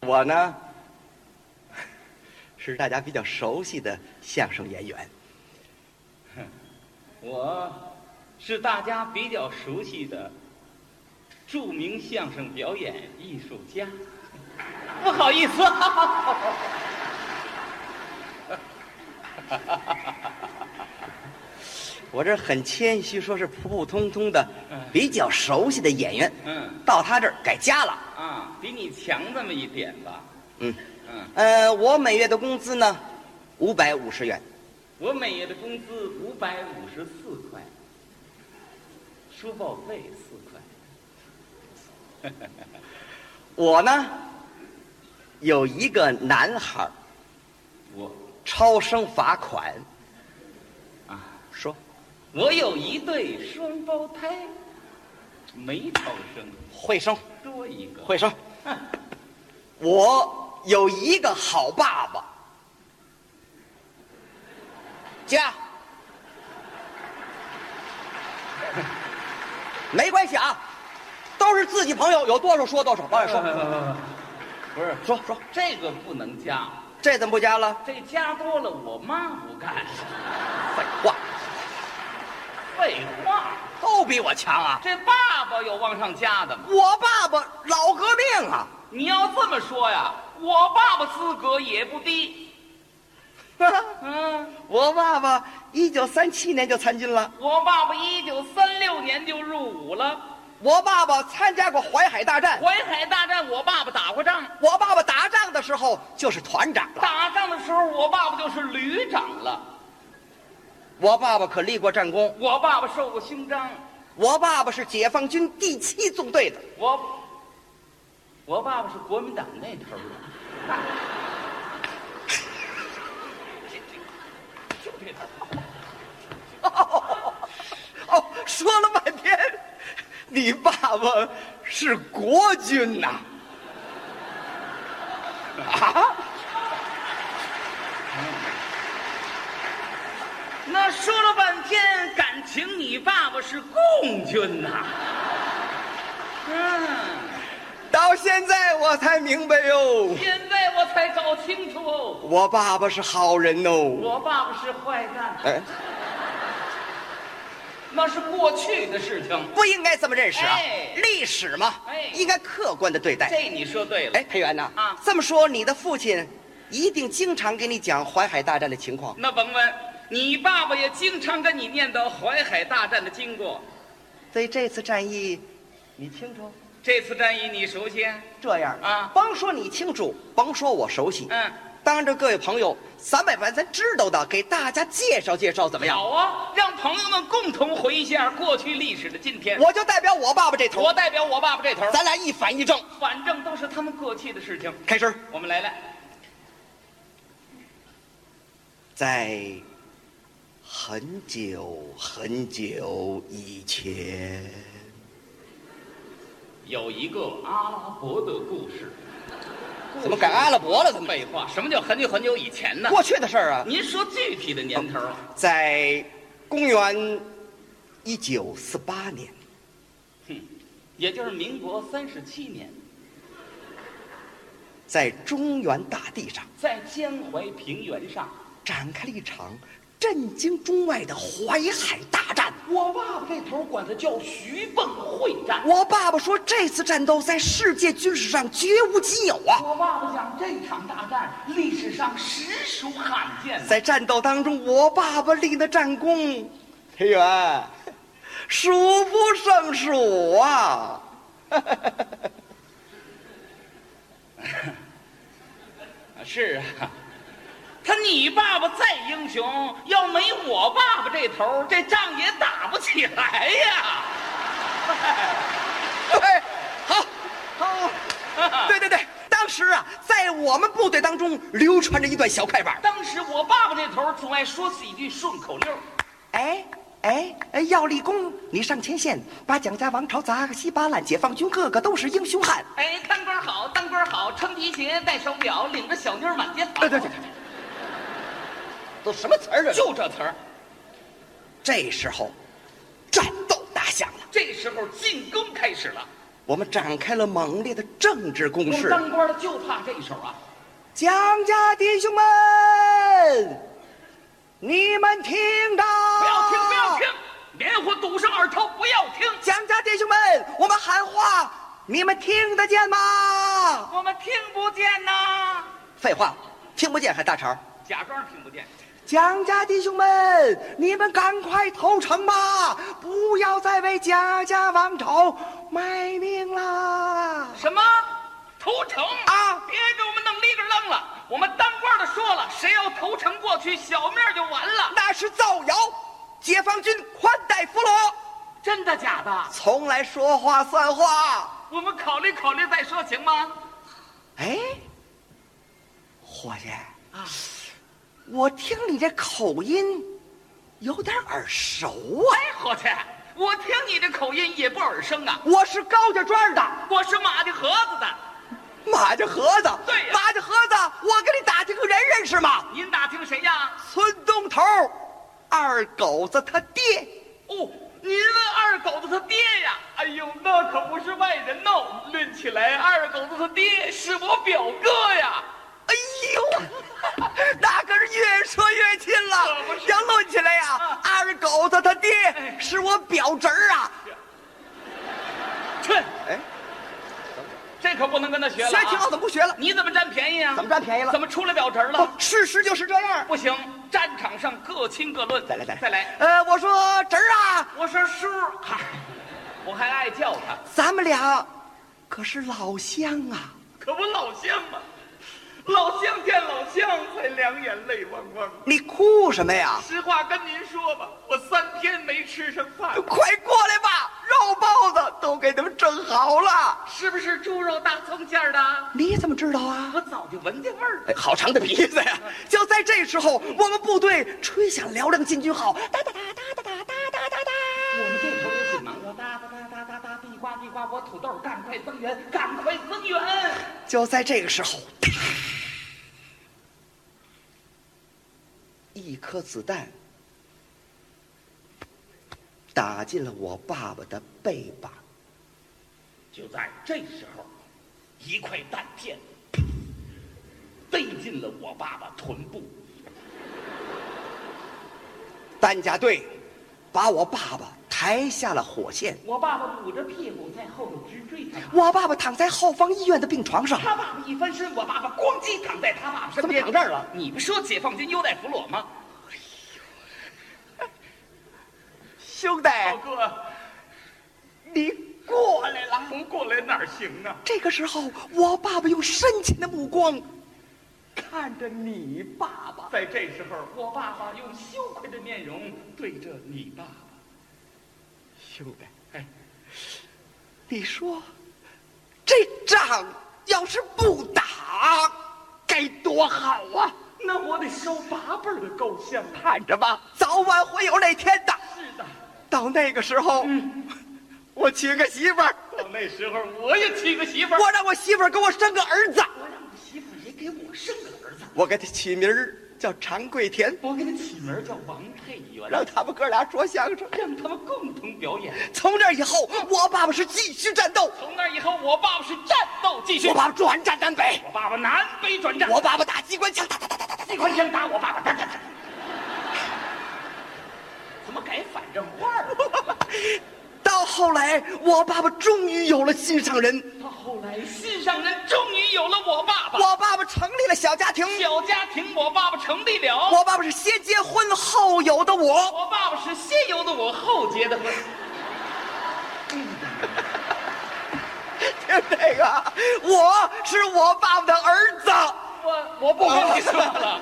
我呢， 是大家比较熟悉的相声演员。我是大家比较熟悉的著名相声表演艺术家。 不好意思，我这很谦虚，说是普普通通的、比较熟悉的演员。嗯到他这儿改加了。啊，比你强那么一点吧。嗯，嗯，呃，我每月的工资呢，五百五十元。我每月的工资五百五十四块，书报费四块。我呢，有一个男孩儿我超生罚款。啊，说我有一对双胞胎，没超生，会生多一个。会生。我有一个好爸爸。家。没关系啊，都是自己朋友，有多少说多少。导演不说 不是说说，这个不能加，啊这怎么不加了？这加多了我妈不干。废话，废话，都比我强啊！这爸爸有往上加的吗？我爸爸老革命啊， 你要这么说呀，我爸爸资格也不低。嗯，我爸爸一九三七年就参军了，我爸爸一九三六年就入伍了，我爸爸参加过淮海大战，淮海大战我爸爸打过仗，我爸爸打仗的时候就是团长了，打仗的时候我爸爸就是旅长了，我爸爸可立过战功，我爸爸受过勋章，我爸爸是解放军第七纵队的，我我爸爸是国民党那头的。这这就这头。哦，哦说了半天，你爸爸是国军呐、啊，那说了半天，感情你爸爸是共军呐、嗯，到现在我才明白哟。现在我才搞清楚，我爸爸是好人哦。我爸爸是坏蛋，哎，那是过去的事情。不应该这么认识啊！哎历史嘛，哎应该客观的对待。这你说对了。哎，裴元呐、啊这么说，你的父亲一定经常给你讲淮海大战的情况。那甭问，你爸爸也经常跟你念叨淮海大战的经过。对这次战役，你清楚？这次战役你熟悉？这样啊甭说你清楚，甭说我熟悉。嗯，当着各位朋友，咱们把咱知道的给大家介绍介绍，怎么样？好啊，让朋友们共同回忆一下过去历史的今天。我就代表我爸爸这头我，代表我爸爸这头，咱俩一反一正，反正都是他们过去的事情。开始。我们来来。在很久很久以前，有一个阿拉伯的故事。怎么改阿拉伯了？怎么废话，什么叫很久很久以前呢？过去的事儿啊？您说具体的年头啊？在公元一九四八年，哼，也就是民国三十七年，在中原大地上在江淮平原上，展开了一场震惊中外的淮海大战。我爸爸这头管它叫徐蚌会战。我爸爸说，这次战斗在世界军事上绝无仅有啊！我爸爸讲这场大战历史上实属罕见的。在战斗当中，我爸爸立的战功，裴元，数不胜数啊！是啊，他你爸爸再英雄，要没我爸爸这头儿，这仗也打不起来呀。对，哎好，好，对对对，当时啊，在我们部队当中流传着一段小快板儿，当时我爸爸这头儿总爱说几句顺口溜儿，哎。哎，哎要立功，你上前线，把蒋家王朝砸个稀巴烂，解放军个个都是英雄汉。哎，当官好，当官好，穿皮鞋，戴手表，领着小妞儿满街跑。哎对对对，都什么词儿这？就就这词儿。这时候，战斗打响了。这时候进攻开始了，我们展开了猛烈的政治攻我们势。当官的就怕这一手啊！蒋家弟兄们，你们听着！不不要听，不要听！，连火堵上耳朵，不要听！蒋家弟兄们，我们喊话，你们听得见吗？我们听不见呐，废话，听不见还大茬儿。假装听不见。蒋家弟兄们，你们赶快投诚吧，不要再为蒋家王朝卖命啦！什么？投诚啊别给我们弄里个愣了！我们当官的说了，谁要投诚过去，小命就完了。那是造谣，解放军宽待俘虏，真的假的？从来说话算话。我们考虑考虑再说，行吗？哎，伙计，啊，我听你这口音有点耳熟啊！喂，伙计，哎我听你这口音也不耳生啊，我是高家庄的我是马的盒子的。马家河子，对呀马家河子，我跟你打听个人认识吗？您打听谁呀？村东头，二狗子他爹。哦，您问二狗子他爹呀？哎呦，那可不是外人哦，论起来，二狗子他爹是我表哥呀。哎呦，那可是越说越亲了可不。是要论起来呀、啊二狗子他爹哎是我表侄儿啊。去，哎，这可不能跟他学了、学啊。挺好，怎么不学了？你怎么占便宜啊？怎么占便宜了怎么出来表侄儿了？不，事实就是这样。不行，战场上各亲各论。再来，再来，再来。呃，我说侄儿啊，我说叔，嗨，我还爱叫他，咱们俩可是老乡啊！可不老乡嘛。老乡见老乡，才两眼泪汪汪。你哭什么呀？实话跟您说吧，我三天没吃上饭了，快过来吧，肉包子都给他们蒸好了。是不是猪肉大葱馅儿的？你怎么知道啊？我早就闻见味儿了。哎，好长的鼻子呀！就在这时候，我们部队吹响嘹亮进军号，哒哒哒哒哒哒哒哒哒我哒。们这头有紧忙，我哒哒哒哒哒哒，地瓜地瓜，我土豆，赶快增援，赶快增援！就在这个时候，啪一颗子弹打进了我爸爸的背膀。就在这时候，一块弹片飞进了我爸爸臀部。担架队把我爸爸抬下了火线，我爸爸捂着屁股在后头直追他，我爸爸躺在后方医院的病床上。他爸爸一翻身，我爸爸咣叽躺在他爸爸身怎么边。躺这儿了？你不说解放军优待俘虏吗？兄弟，哥，你过哎来。来了，不过来哪儿行啊？这个时候，我爸爸用深情的目光看着你爸爸。在这时候，我爸爸用羞愧的面容对着你爸爸，兄弟，哎，你说，这仗要是不打，该多好啊！那我得烧八辈儿的够香啊！看着吧，早晚会有那天的。是的，到那个时候，我娶个媳妇儿，到那时候我也娶个媳妇儿，我让我媳妇儿给我生个儿子。我让我媳妇儿也给我生个儿子，我给他起名儿叫常贵田，我给他起名儿叫王佩元，让他们哥俩说相声。让他们共同表演。从这以后，我爸爸是继续战斗，从那以后，我爸爸是战斗继续，我爸爸转战南北，我爸爸南北转战，我爸爸打机关枪，打打打打打打机关枪打我爸爸，打打打。怎么改反正话了？到后来，我爸爸终于有了心上人，到后来，世上人终于有了我爸爸，我爸爸成立了小家庭，小家庭，我爸爸成立了。我爸爸是先结婚后有的我， 我爸爸是先有的我，后结的婚。听这个，我是我爸爸的儿子。我我不跟你说了，